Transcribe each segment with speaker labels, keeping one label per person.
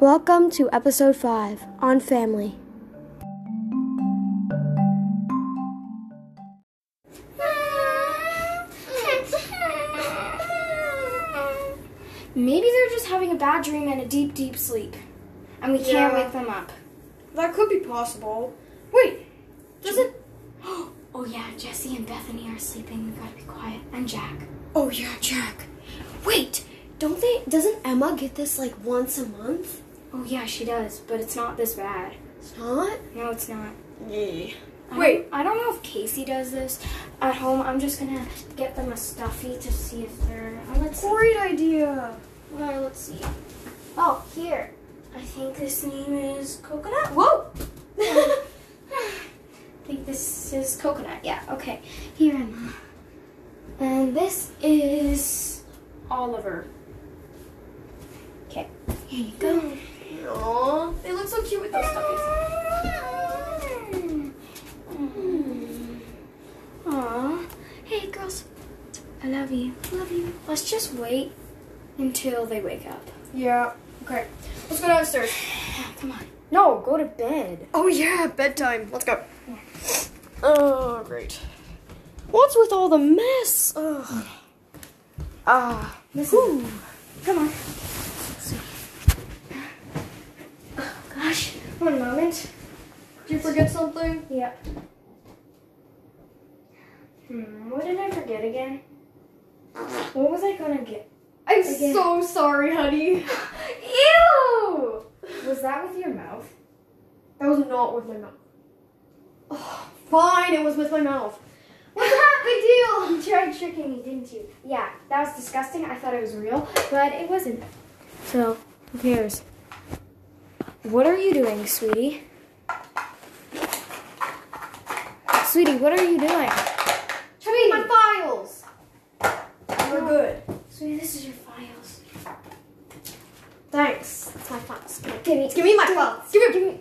Speaker 1: Welcome to episode 5 on family.
Speaker 2: Maybe they're just having a bad dream and a deep, deep sleep. And we can't
Speaker 3: Yeah.
Speaker 2: wake them up.
Speaker 3: That could be possible. Wait, does it?
Speaker 2: Oh, yeah, Jesse and Bethany are sleeping. We gotta be quiet. And Jack.
Speaker 3: Oh yeah, Jack.
Speaker 1: Wait, don't they doesn't Emma get this like once a month?
Speaker 2: Oh, yeah, she does, but it's not this bad.
Speaker 1: It's not?
Speaker 2: No, it's not.
Speaker 3: Yeah.
Speaker 2: I
Speaker 3: Wait.
Speaker 2: don't- I don't know if Casey does this at home. I'm just gonna get them a stuffy to see if they're. Oh, let's see.
Speaker 3: Great idea.
Speaker 2: Well, let's see. Oh, here. I think this name is Coconut. Whoa! I think this is Coconut. Yeah, okay. Here, Emma. And this is Oliver. Okay, here you go.
Speaker 3: Aw, they look so cute with those stuffies.
Speaker 2: Hmm. Aw. Hey, girls. I love you. Love you. Let's just wait until they wake up.
Speaker 3: Yeah. Okay. Let's go downstairs.
Speaker 2: Yeah, come on.
Speaker 1: No, go to bed.
Speaker 3: Oh yeah, bedtime. Let's go. Oh great. What's with all the mess? Ugh. Ah.
Speaker 2: Listen. Come on. Oh, gosh. One moment.
Speaker 3: Did you forget something?
Speaker 2: Yep. Hmm, what did I forget again? What was I gonna get?
Speaker 3: I'm
Speaker 2: Again.
Speaker 3: so sorry, honey.
Speaker 2: Ew! Was that with your mouth?
Speaker 3: That was not with my mouth. Oh, fine, it was with my mouth.
Speaker 2: What's that big deal? You tried tricking me, didn't you? Yeah, that was disgusting. I thought it was real, but it wasn't.
Speaker 1: So, who cares? What are you doing, sweetie? Sweetie, what are you doing?
Speaker 3: Check my files. We're good.
Speaker 2: Sweetie, this is your files.
Speaker 3: Thanks. It's my files.
Speaker 2: Give me,
Speaker 3: Give me my files. Give me. Give me.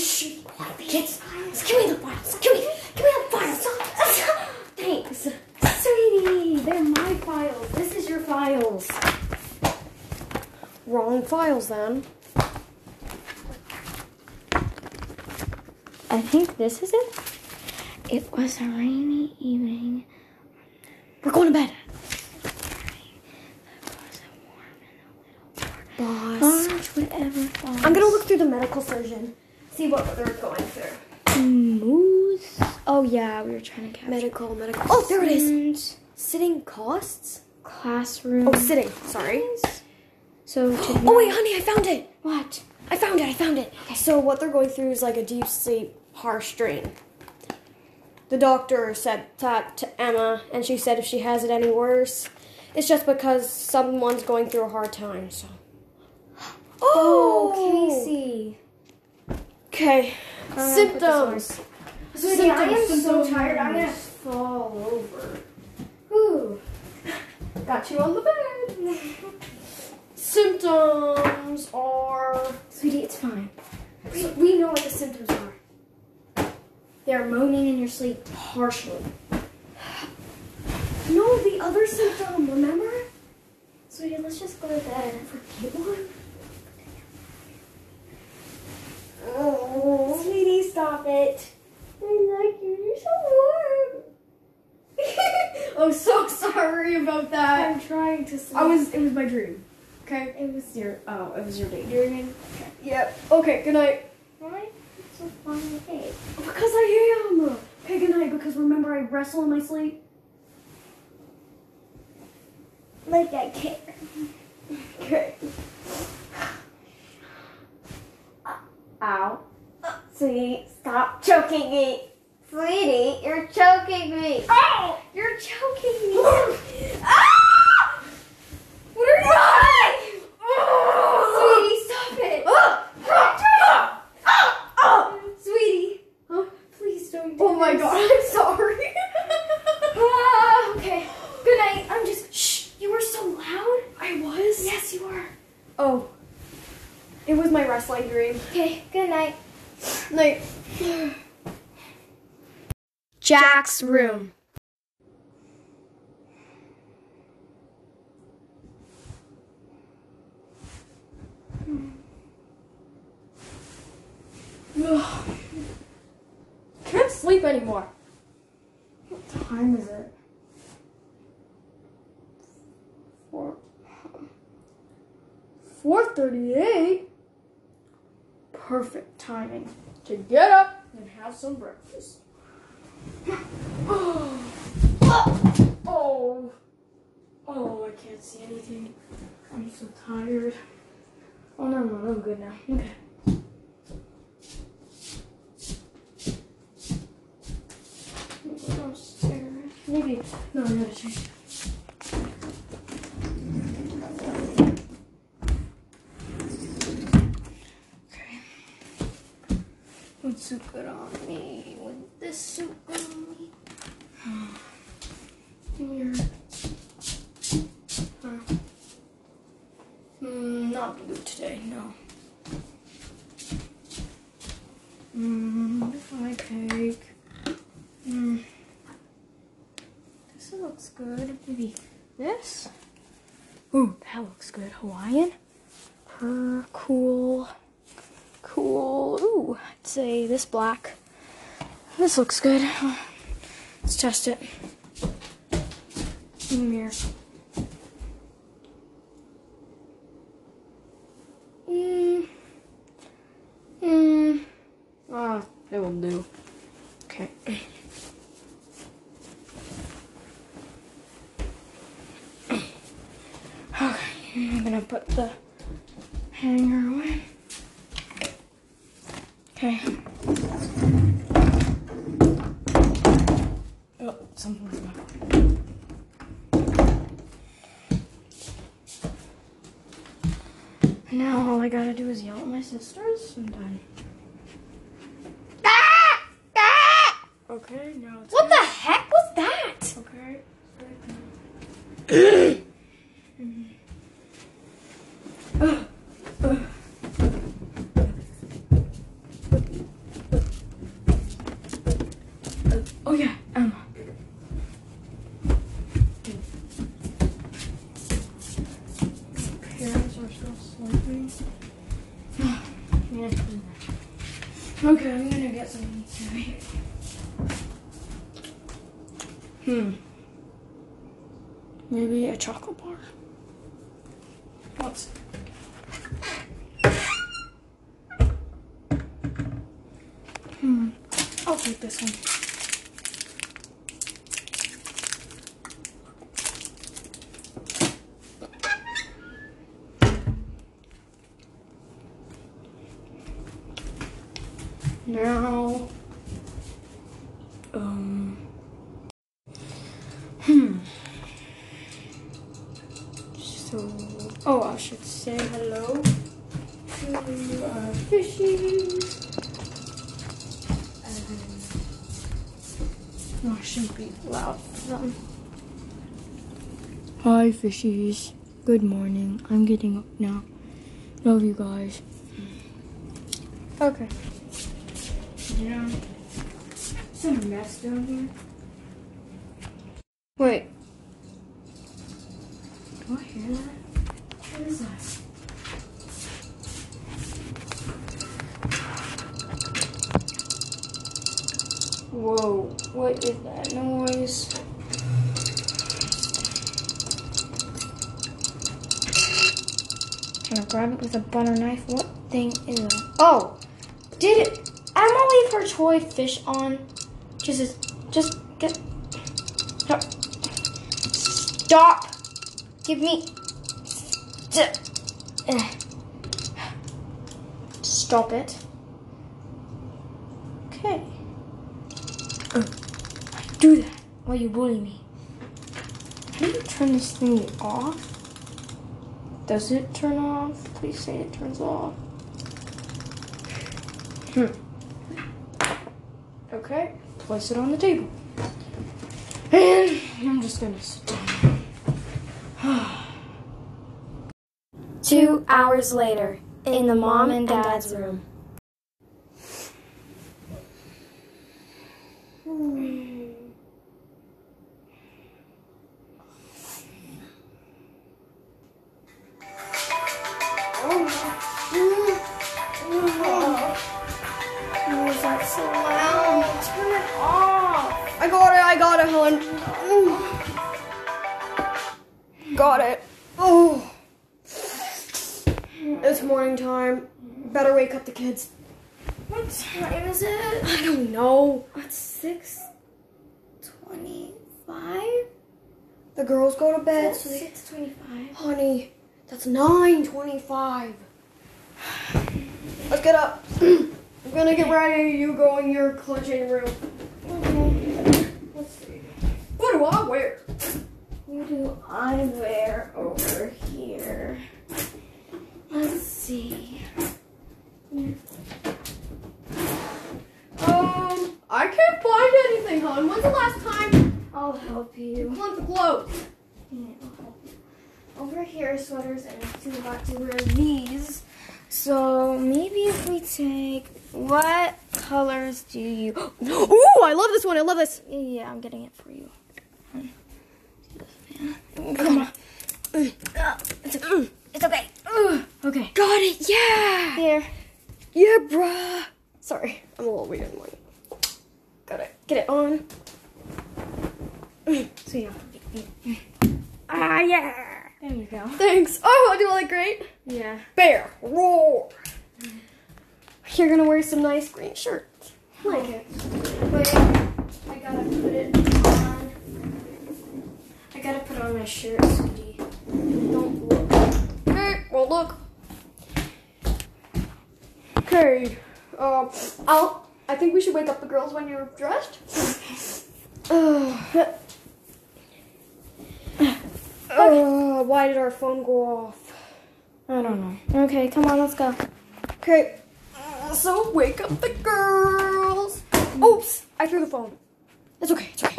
Speaker 2: Shh, kids. Give me the files. Give me, give me the files. Thanks, sweetie. They're my files. This is your files.
Speaker 3: Wrong files then.
Speaker 1: I think this is it.
Speaker 2: It was a rainy evening.
Speaker 1: We're going to bed.
Speaker 2: It was a warm and a little warm.
Speaker 1: Boss.
Speaker 2: Boss would ever fall.
Speaker 3: I'm gonna look through the medical surgeon. See what they're going through.
Speaker 2: Moose. Oh yeah, we were trying to get
Speaker 1: Medical, medical. Oh, there it is. Sitting costs?
Speaker 2: Classroom.
Speaker 3: Oh, sitting. Sorry.
Speaker 2: So to
Speaker 1: Oh, wait, honey, I found it.
Speaker 2: what?
Speaker 1: I found it. I found it.
Speaker 3: So what they're going through is like a deep sleep, harsh dream. The doctor said that to Emma, and she said if she has it any worse, it's just because someone's going through a hard time. So.
Speaker 2: Oh, Casey.
Speaker 3: Okay.
Speaker 2: on, put this on.
Speaker 3: Symptoms.
Speaker 2: Sweetie, I am
Speaker 3: Symptoms,
Speaker 2: so
Speaker 3: symptoms.
Speaker 2: tired. I'm gonna fall over. Ooh.
Speaker 3: Got you on the bed. Symptoms are
Speaker 2: Sweetie, it's fine. We, we know what the symptoms are. They're moaning in your sleep harshly.
Speaker 1: No, the other symptom, remember?
Speaker 2: Sweetie, let's just go to bed.
Speaker 1: Get one. Oh, sweetie, stop it. I like you. You're so warm.
Speaker 3: I'm Oh, so sorry about that.
Speaker 2: I'm trying to sleep.
Speaker 3: I was. It was my dream. Okay.
Speaker 2: It was
Speaker 3: Your. Oh, it was your day.
Speaker 2: dreaming.
Speaker 3: Yep. Okay. Good night.
Speaker 2: Why? It's so funny. Hey.
Speaker 3: Because I am. Okay. Good night. Because remember, I wrestle in my sleep.
Speaker 2: Like I care.
Speaker 3: Okay.
Speaker 2: Ow. Sweetie, stop choking me. Sweetie, you're choking me. Oh! You're choking me. ah! What are you doing? Sweetie, stop it.
Speaker 3: Uh,
Speaker 2: Sweetie. Please don't do
Speaker 3: Oh my
Speaker 2: this.
Speaker 3: god. I'm sorry.
Speaker 2: Ah, okay. Good night. I'm just. Shh. You were so loud.
Speaker 3: I was.
Speaker 2: Yes, you were.
Speaker 3: Oh. It was my wrestling dream.
Speaker 2: Okay. Good night.
Speaker 3: Night. Jack's room. Ugh. Can't sleep anymore.
Speaker 2: What time is it?
Speaker 3: Four. Four thirty-eight. Perfect timing to get up and have some breakfast. oh. Oh, I can't see anything. I'm so tired. Oh, no, no, I'm good now. Okay.
Speaker 2: Downstairs.
Speaker 3: Maybe. No, I gotta change.
Speaker 2: Okay. Would suit good on me? Would this suit good on me? Here. Huh. Mm, not blue today, no. Mm, I take. Mm. This looks good. Maybe this? Ooh, that looks good. Hawaiian? Her cool. Cool. Ooh, I'd say this black. This looks good. Let's test it. Mirror. Mm. Mm. Ah, it will do. Okay. Okay, I'm gonna put the hanger away. Okay. Oh, something's wrong. Now all I gotta do is yell at my sisters and I'm Okay, now it's
Speaker 3: What the heck was that?
Speaker 2: okay.
Speaker 3: Oh yeah, Emma.
Speaker 2: Parents are still sleeping.
Speaker 3: Yeah. Okay, I'm gonna get something to eat. Hmm. Maybe a chocolate bar. What's Hmm. I'll take this one. Now, um, hmm. So, oh, I should say hello to our fishies. Um, I shouldn't be loud for them. Hi, fishies. Good morning. I'm getting up now. Love you guys. Okay. Yeah. It's a mess down here. Wait. Do I hear that? What is that? Whoa, what is that noise? Can I grab it with a butter knife? What thing is it? Oh! Did it Emma leave her toy fish on? Jesus, just get. Stop. Stop. Give me. st- eh. Stop it. Okay. Ugh. Why Do that. Why you bully me? How do you turn this thing off? Does it turn off? Please say it turns off. Okay, place it on the table. And I'm just gonna sit down.
Speaker 4: Two hours later, in the mom and dad's room.
Speaker 3: Oh, Oh, Got it. Oh. It's morning time. Better wake up the kids.
Speaker 2: What time is it?
Speaker 3: I don't know.
Speaker 2: It's six twenty-five.
Speaker 3: The girls go to bed. so they-
Speaker 2: Six twenty-five.
Speaker 3: Honey, that's 9.25. Let's get up. I'm gonna get ready. You go in your clutching room. Mm-hmm.
Speaker 2: Let's see.
Speaker 3: What do I wear?
Speaker 2: What do I wear over here? Let's see.
Speaker 3: Um, I can't find anything, hon. When's the last time
Speaker 2: I'll help
Speaker 3: you
Speaker 2: you.
Speaker 3: climbed the globe?
Speaker 2: Yeah, I'll help you. Over here are sweaters, and I'm too hot to wear these. So maybe if we take what colors do you?
Speaker 3: Ooh, I love this one. I love this.
Speaker 2: Yeah, I'm getting it for you.
Speaker 3: Come on. It's, it's okay.
Speaker 2: Okay.
Speaker 3: Got it. Yeah.
Speaker 2: Here.
Speaker 3: Yeah, bruh. Sorry, I'm a little weird in the morning. Got it. Get it on.
Speaker 2: So you don't have to be.
Speaker 3: Ah, yeah.
Speaker 2: There you go.
Speaker 3: Thanks. Oh, I do all that great.
Speaker 2: Yeah.
Speaker 3: Bear. Roar. You're gonna wear some nice green shirt.
Speaker 2: Like it. Wait, I gotta put it on. I gotta put on my shirt, sweetie. Don't look.
Speaker 3: Okay, well look. Okay. Um I'll I think we should wake up the girls when you're dressed. Ugh. Uh, why did our phone go off?
Speaker 1: I don't know. Okay, come on, let's go.
Speaker 3: Okay. So wake up the girls. Oops, I threw the phone. It's okay, it's okay.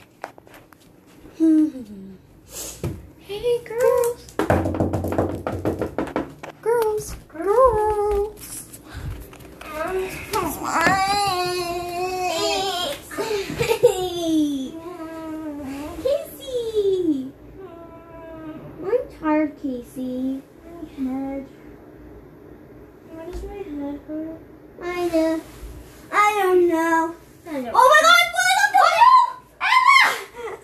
Speaker 2: Hey, girls.
Speaker 3: Girls, girls.
Speaker 2: Casey. I'm tired, Casey. My head. Why does my head hurt? I know. I don't know. I don't oh my god, what up Emma! Ah! Ah!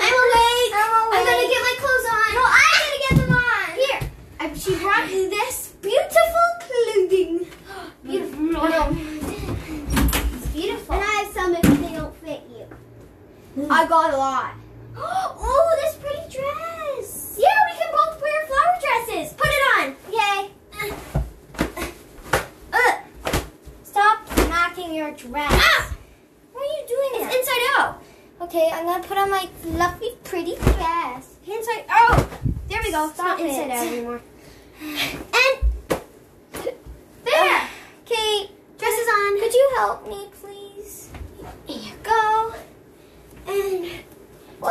Speaker 2: I'm awake. I'm awake. I'm gonna get my clothes on. No, I'm gonna get them on. Here. I, she brought you this beautiful clothing. beautiful. No, It's beautiful. And I have some if they don't fit you. I got a lot. oh, this pretty dress. Yeah, we can both wear flower dresses. Put it on. Yay. Ugh. uh. Stop knocking your dress. Ah! What are you doing? It's inside out. Okay, I'm gonna put on my fluffy, pretty dress. Inside out. There we go. Stop it's not inside out anymore. and there. Kate, dress is on. Could you help me, please? Here you go. And woo!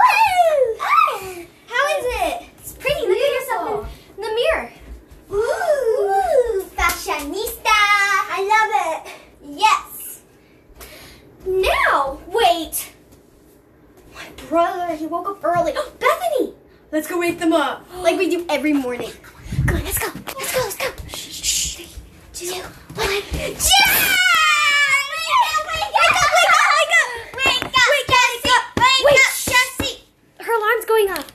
Speaker 2: How is it? It's pretty. Look at yourself in the mirror. Ooh. fashionista. I love it. Yes. Now, wait. My brother, he woke up early. Bethany.
Speaker 3: Let's go wake them up. Like we do every morning.
Speaker 2: Come on, let's go. Let's go. Let's go. Three, two, one. Jazz! Wake up! Wake up! Wake up! Wake up! Wake up! Wake up! Wake up! Jessie!
Speaker 3: Her alarm's going off.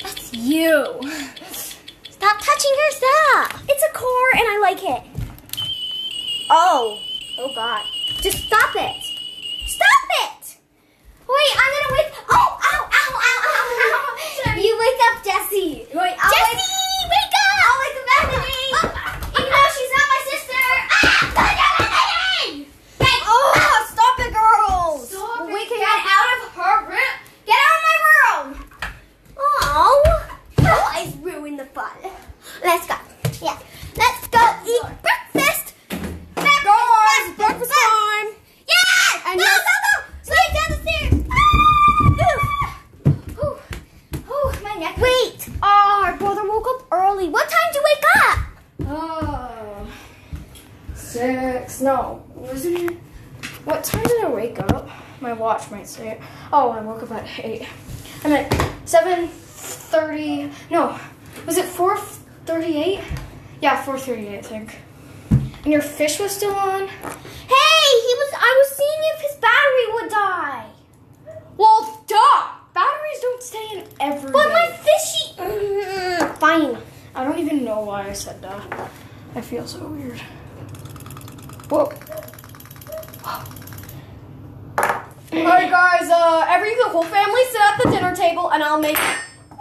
Speaker 2: That's you. Stop touching her stuff. It's a core and I like it. Oh. Oh god. Just stop it. Stop it. Wait, I'm gonna wake. Oh, ow, ow, ow, ow, ow. You wake up, Jessie. Wait, I'll Jessie, wake, up. I'll wake up Bethany. Even though she's not my sister. Ah, don't do Bethany. Hey, oh, stop it, girls. Stop it. Get out of her room. Get out of my room. Oh, guys ruined the fun. Let's go. Yeah, let's go eat breakfast. Breakfast, breakfast, breakfast time. Yeah, go, go, go. Slide down the stairs. Ah! Ooh. Ooh. Ooh, my neck. Wait. Oh, our brother woke up early. What time did you wake up?
Speaker 1: Oh, six. No, wasn't it? What time did I wake up? My watch might say it. Oh, I woke up at eight. I meant seven thirty. No, was it four thirty-eight? Yeah, four thirty-eight. I think. And your fish was still on?
Speaker 2: Hey, he was. I was seeing if his battery would die.
Speaker 1: Well, duh! Batteries don't stay in every.
Speaker 2: But my
Speaker 1: day.
Speaker 2: fishy. Mm, Fine.
Speaker 1: I don't even know why I said that. I feel so weird. Whoa.
Speaker 3: Alright guys, uh every the whole family sit at the dinner table and I'll make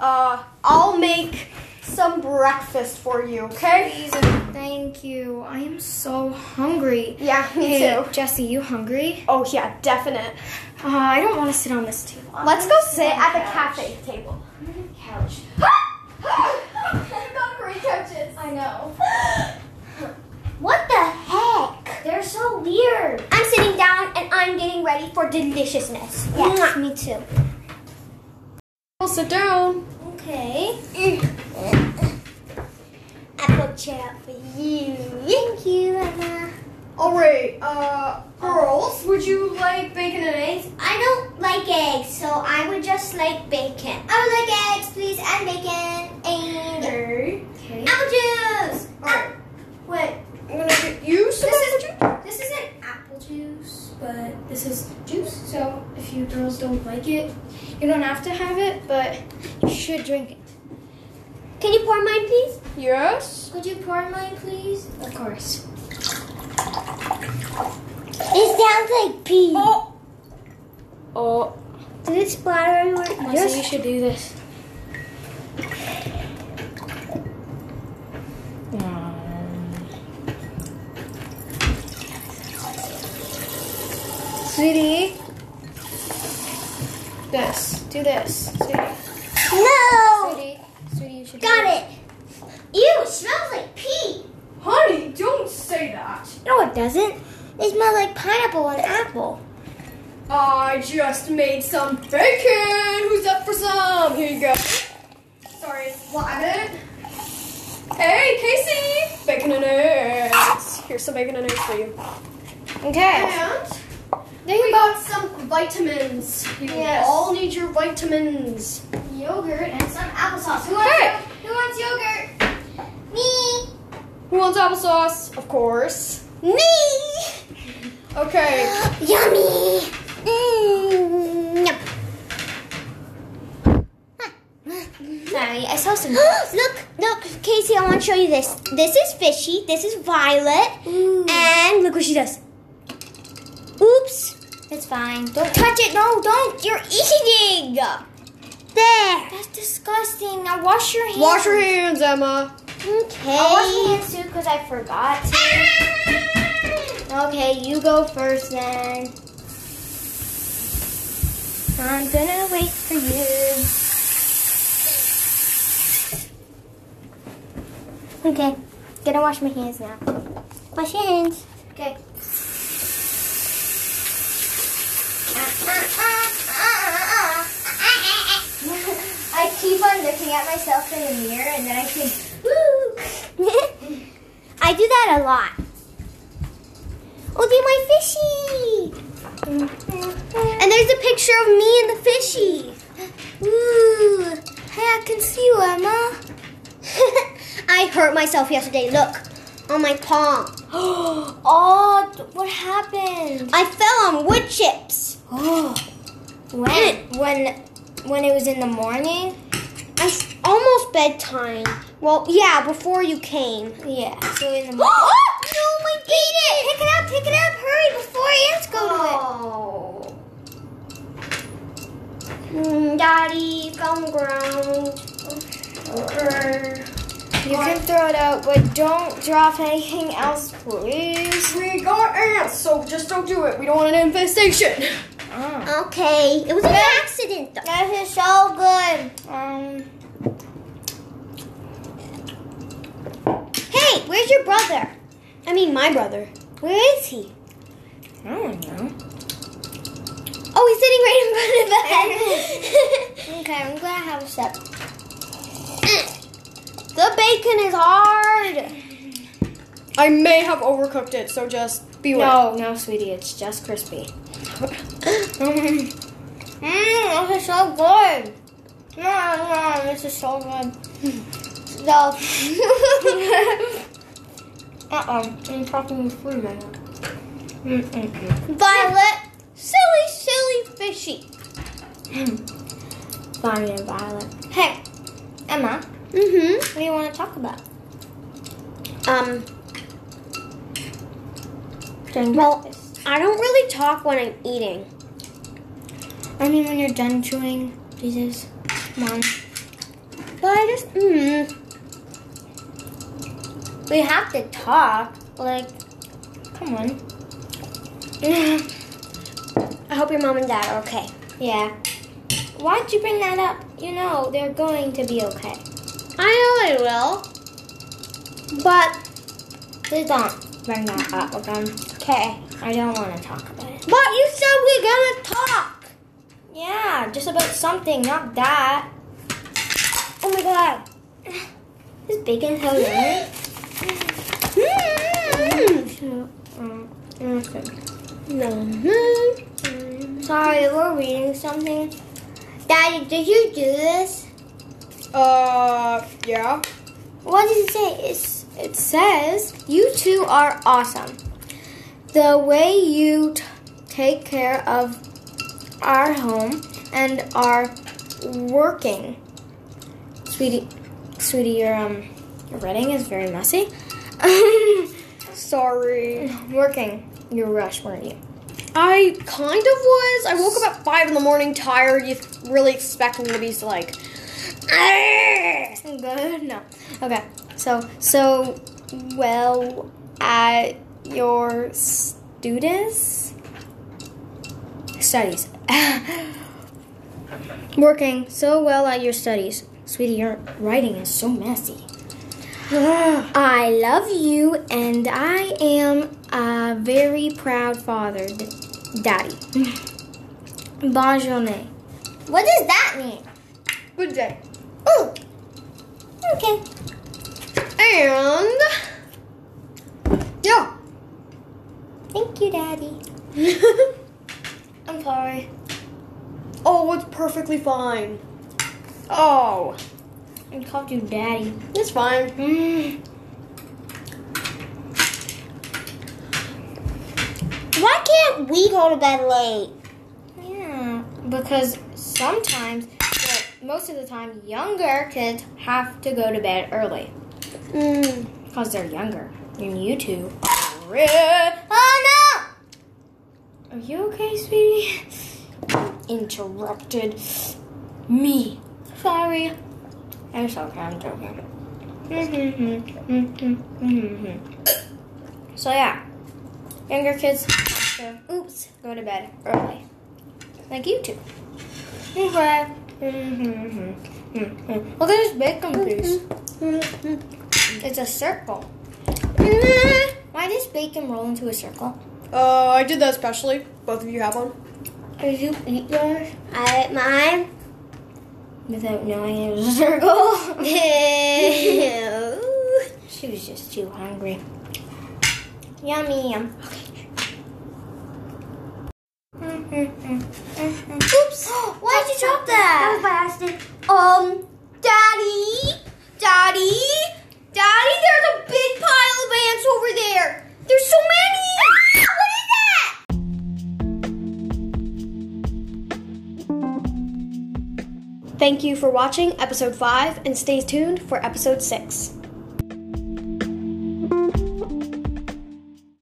Speaker 3: uh I'll make some breakfast for you, okay?
Speaker 1: Please and thank you. I am so hungry.
Speaker 3: Yeah, me
Speaker 1: hey,
Speaker 3: too.
Speaker 1: Jesse, you hungry?
Speaker 3: Oh yeah, definite.
Speaker 1: Uh, I don't want to sit on this table.
Speaker 3: Let's go sit at the cafe table.
Speaker 1: couch.
Speaker 2: I know. What the heck? They're so weird. I'm sitting down and I'm getting ready for deliciousness. Yes, me too.
Speaker 3: Well, sit down.
Speaker 2: Okay. Apple chair for you. Thank you, Emma.
Speaker 3: Alright, uh girls, would you like bacon and eggs?
Speaker 2: I don't like eggs, so I would just like bacon. I would like eggs, please, and bacon, and
Speaker 3: Okay.
Speaker 2: apple juice. Uh,
Speaker 3: Alright.
Speaker 2: Wait,
Speaker 3: I'm gonna get you some
Speaker 2: This
Speaker 3: apple juice.
Speaker 2: this isn't apple juice.
Speaker 1: But this is juice, so if you girls don't like it, you don't have to have it, but you should drink it.
Speaker 2: Can you pour mine, please?
Speaker 3: Yes.
Speaker 2: Could you pour mine, please?
Speaker 1: Of course.
Speaker 2: It sounds like pee.
Speaker 3: Oh. Oh.
Speaker 2: Did it splatter everywhere?
Speaker 1: Yes. you should do this. Sweetie. This. Do this. Sweetie.
Speaker 2: No!
Speaker 1: Sweetie. Sweetie, you should do
Speaker 2: Got it. Ew, it smells like pee.
Speaker 3: Honey, don't say that.
Speaker 2: No, it doesn't. It smells like pineapple and apple.
Speaker 3: I just made some bacon. Who's up for some? Here you go. Sorry, it's it. Hey, Casey. Bacon and eggs. Here's some bacon and eggs for you.
Speaker 1: Okay.
Speaker 3: And we got some vitamins. You
Speaker 2: Yes.
Speaker 3: all need your vitamins.
Speaker 2: Yogurt and some applesauce. Who wants,
Speaker 3: Hey,
Speaker 2: who wants yogurt? Me.
Speaker 3: who wants applesauce? Of course.
Speaker 2: Me.
Speaker 3: Okay.
Speaker 2: Yummy. Mm, yum. Sorry, I saw some. look, look, Casey, I want to show you this. This is Fishy, this is Violet, and look what she does. Oops. It's fine. Don't touch it. No, don't. You're eating. There. That's disgusting. Now wash your hands.
Speaker 3: Wash your hands, Emma.
Speaker 2: Okay. I'll wash my hands too because I forgot. Ah! okay, you go first then. I'm gonna wait for you. Okay, gonna wash my hands now. Wash your hands. Okay. I keep on looking at myself in the mirror and then I think, woo! I do that a lot. Oh, they're my fishy! And there's a picture of me and the fishy. Ooh, hey, I can see you, Emma. I hurt myself yesterday. Look, on my palm.
Speaker 1: oh, what happened?
Speaker 2: I fell on wood chips.
Speaker 1: Oh.
Speaker 2: When?
Speaker 1: When when it was in the morning?
Speaker 2: I s- almost bedtime. Well, yeah, before you came.
Speaker 1: Yeah. So in the
Speaker 2: no,
Speaker 1: morning.
Speaker 2: my Eat it! Pick it up! Pick it up! Hurry before ants go
Speaker 1: Oh.
Speaker 2: to it. Mm, Daddy, come ground.
Speaker 1: You can throw it out, but don't drop anything else, please.
Speaker 3: We got ants, so just don't do it. We don't want an infestation.
Speaker 2: Okay, it was an accident. Though. That is so good.
Speaker 1: Um,
Speaker 2: Hey, where's your brother?
Speaker 3: I mean, my brother.
Speaker 2: Where is he?
Speaker 1: I don't know.
Speaker 2: Oh, he's sitting right in front of the head. okay, I'm gonna have a sip. the bacon is hard.
Speaker 3: I may have overcooked it, so just beware.
Speaker 1: No, no, sweetie, it's just crispy.
Speaker 2: Mmm, this is so good.
Speaker 1: No, no, this is so good.
Speaker 2: So, Uh-oh, I'm talking with flu man. Mm, Mm-mm.
Speaker 5: Violet, silly, silly fishy.
Speaker 2: Fine and Violet.
Speaker 5: Hey,
Speaker 2: Emma,
Speaker 5: mm-hmm.
Speaker 2: what do you want to talk about?
Speaker 5: Um,
Speaker 2: During
Speaker 5: Well-
Speaker 2: breakfast.
Speaker 5: I don't really talk when I'm eating.
Speaker 2: I mean when you're done chewing. Jesus. Come on.
Speaker 5: But I just, mm. We have to talk. Like,
Speaker 2: Come on.
Speaker 5: I hope your mom and dad are okay.
Speaker 2: Yeah. Why'd you bring that up? You know they're going to be okay.
Speaker 5: I know they will. But,
Speaker 2: Please don't bring that up again.
Speaker 5: okay.
Speaker 2: I don't want to talk about it.
Speaker 5: But you said we're gonna talk.
Speaker 2: Yeah, just about something, not that.
Speaker 5: Oh my god.
Speaker 2: This bacon hell in
Speaker 5: Mm. Mhm.
Speaker 2: Sorry, we're reading something.
Speaker 5: Daddy, did you do this?
Speaker 3: Uh, yeah.
Speaker 2: What does it say? It's, it says, You two are awesome. The way you t- take care of our home and are working. Sweetie, sweetie, your, um, your writing is very messy.
Speaker 3: Sorry.
Speaker 2: working. You rushed, weren't you?
Speaker 3: I kind of was. I woke up at five in the morning, tired. You really expect me to be like,
Speaker 2: Good. No. Okay. So so well at your students studies. Working so well at your studies, sweetie. Your writing is so messy. I love you, and I am a very proud father, d- daddy. Bonne journée.
Speaker 5: What does that mean?
Speaker 3: good day.
Speaker 5: Ooh. Okay.
Speaker 3: And yeah,
Speaker 5: Thank you, Daddy.
Speaker 2: I'm sorry.
Speaker 3: oh, it's perfectly fine. Oh,
Speaker 2: I called you daddy.
Speaker 3: it's fine.
Speaker 2: Mm.
Speaker 5: Why can't we go to bed late?
Speaker 2: Yeah, because sometimes, but most of the time, younger kids have to go to bed early
Speaker 5: Mm.
Speaker 2: because they're younger. And you two.
Speaker 5: Oh
Speaker 2: Are you okay, sweetie? Interrupted me. Sorry. I'm sorry, I'm joking. Mm-hmm. So, yeah, younger kids have to, oops, go to bed early. Like you two. Okay. Look at this bacon piece.
Speaker 3: Mm-hmm.
Speaker 2: It's a circle. Why does bacon roll into a circle?
Speaker 3: Uh, I did that especially. Both of you have one.
Speaker 2: Did you eat yours?
Speaker 5: no! I ate mine.
Speaker 2: Without knowing it was a circle.
Speaker 5: Ew.
Speaker 2: she was just too hungry. Yummy yum.
Speaker 5: Oops! Why'd you drop that? That was by accident. Um, Daddy, Daddy, Daddy, there's a big pile of ants over there. There's so many. Ah, what is that?
Speaker 3: Thank you for watching episode five, and stay tuned for episode six.